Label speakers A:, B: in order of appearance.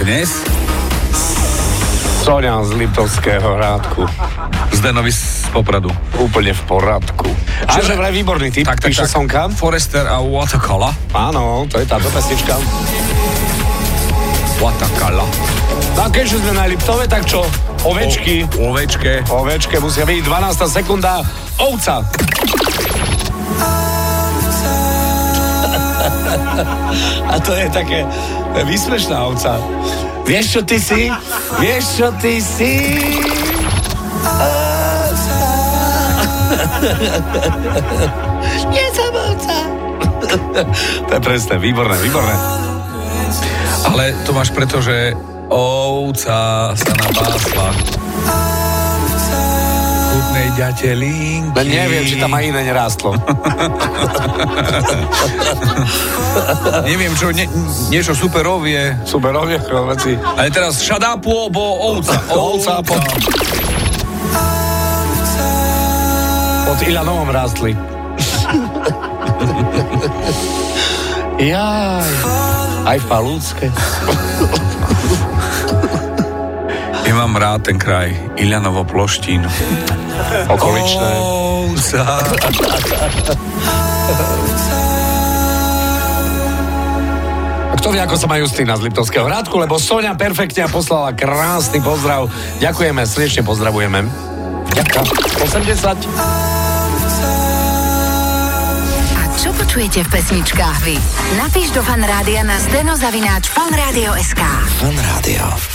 A: dnes?
B: Soňan z Liptovského rádku.
A: Zdenovi z Popradu.
B: Úplne v poradku. A že vraj výborný typ, tak, tak, píše tak. Sonka.
A: Forester a Watakala.
B: Áno, to je táto pesnička.
A: Watakala.
B: No a keďže sme na Liptove, tak čo? Ovečky.
A: O, ovečke.
B: Ovečke musia byť 12. sekunda. Ovca. A to je také vysmešná ovca. Vieš, čo ty si? Vieš, čo ty si? Ovca. Nie som ovca. To je presné, výborné, výborné.
A: Ale to máš preto, že ovca sa napásla. Chutnej ďate linky.
B: Len No neviem, či tam aj iné nerástlo.
A: Neviem, čo, nie, niečo superovie.
B: Superovie, veci.
A: Ale teraz šadá pôbo ovca.
B: Ovca po... Pod Ilanovom rástli. Jaj. Aj v Palúcke.
A: Ja mám rád ten kraj. Ilianovo ploštín.
B: Okoličné.
A: Ovca.
B: A Kto vie, ako sa má Justína z Liptovského rádku, lebo Sonia perfektne poslala krásny pozdrav. Ďakujeme, srdečne pozdravujeme. Ďakujem. 80.
C: A čo počujete v pesničkách vy? Napíš do fanrádia na steno zavináč fanradio.sk.
D: Fan Rádio.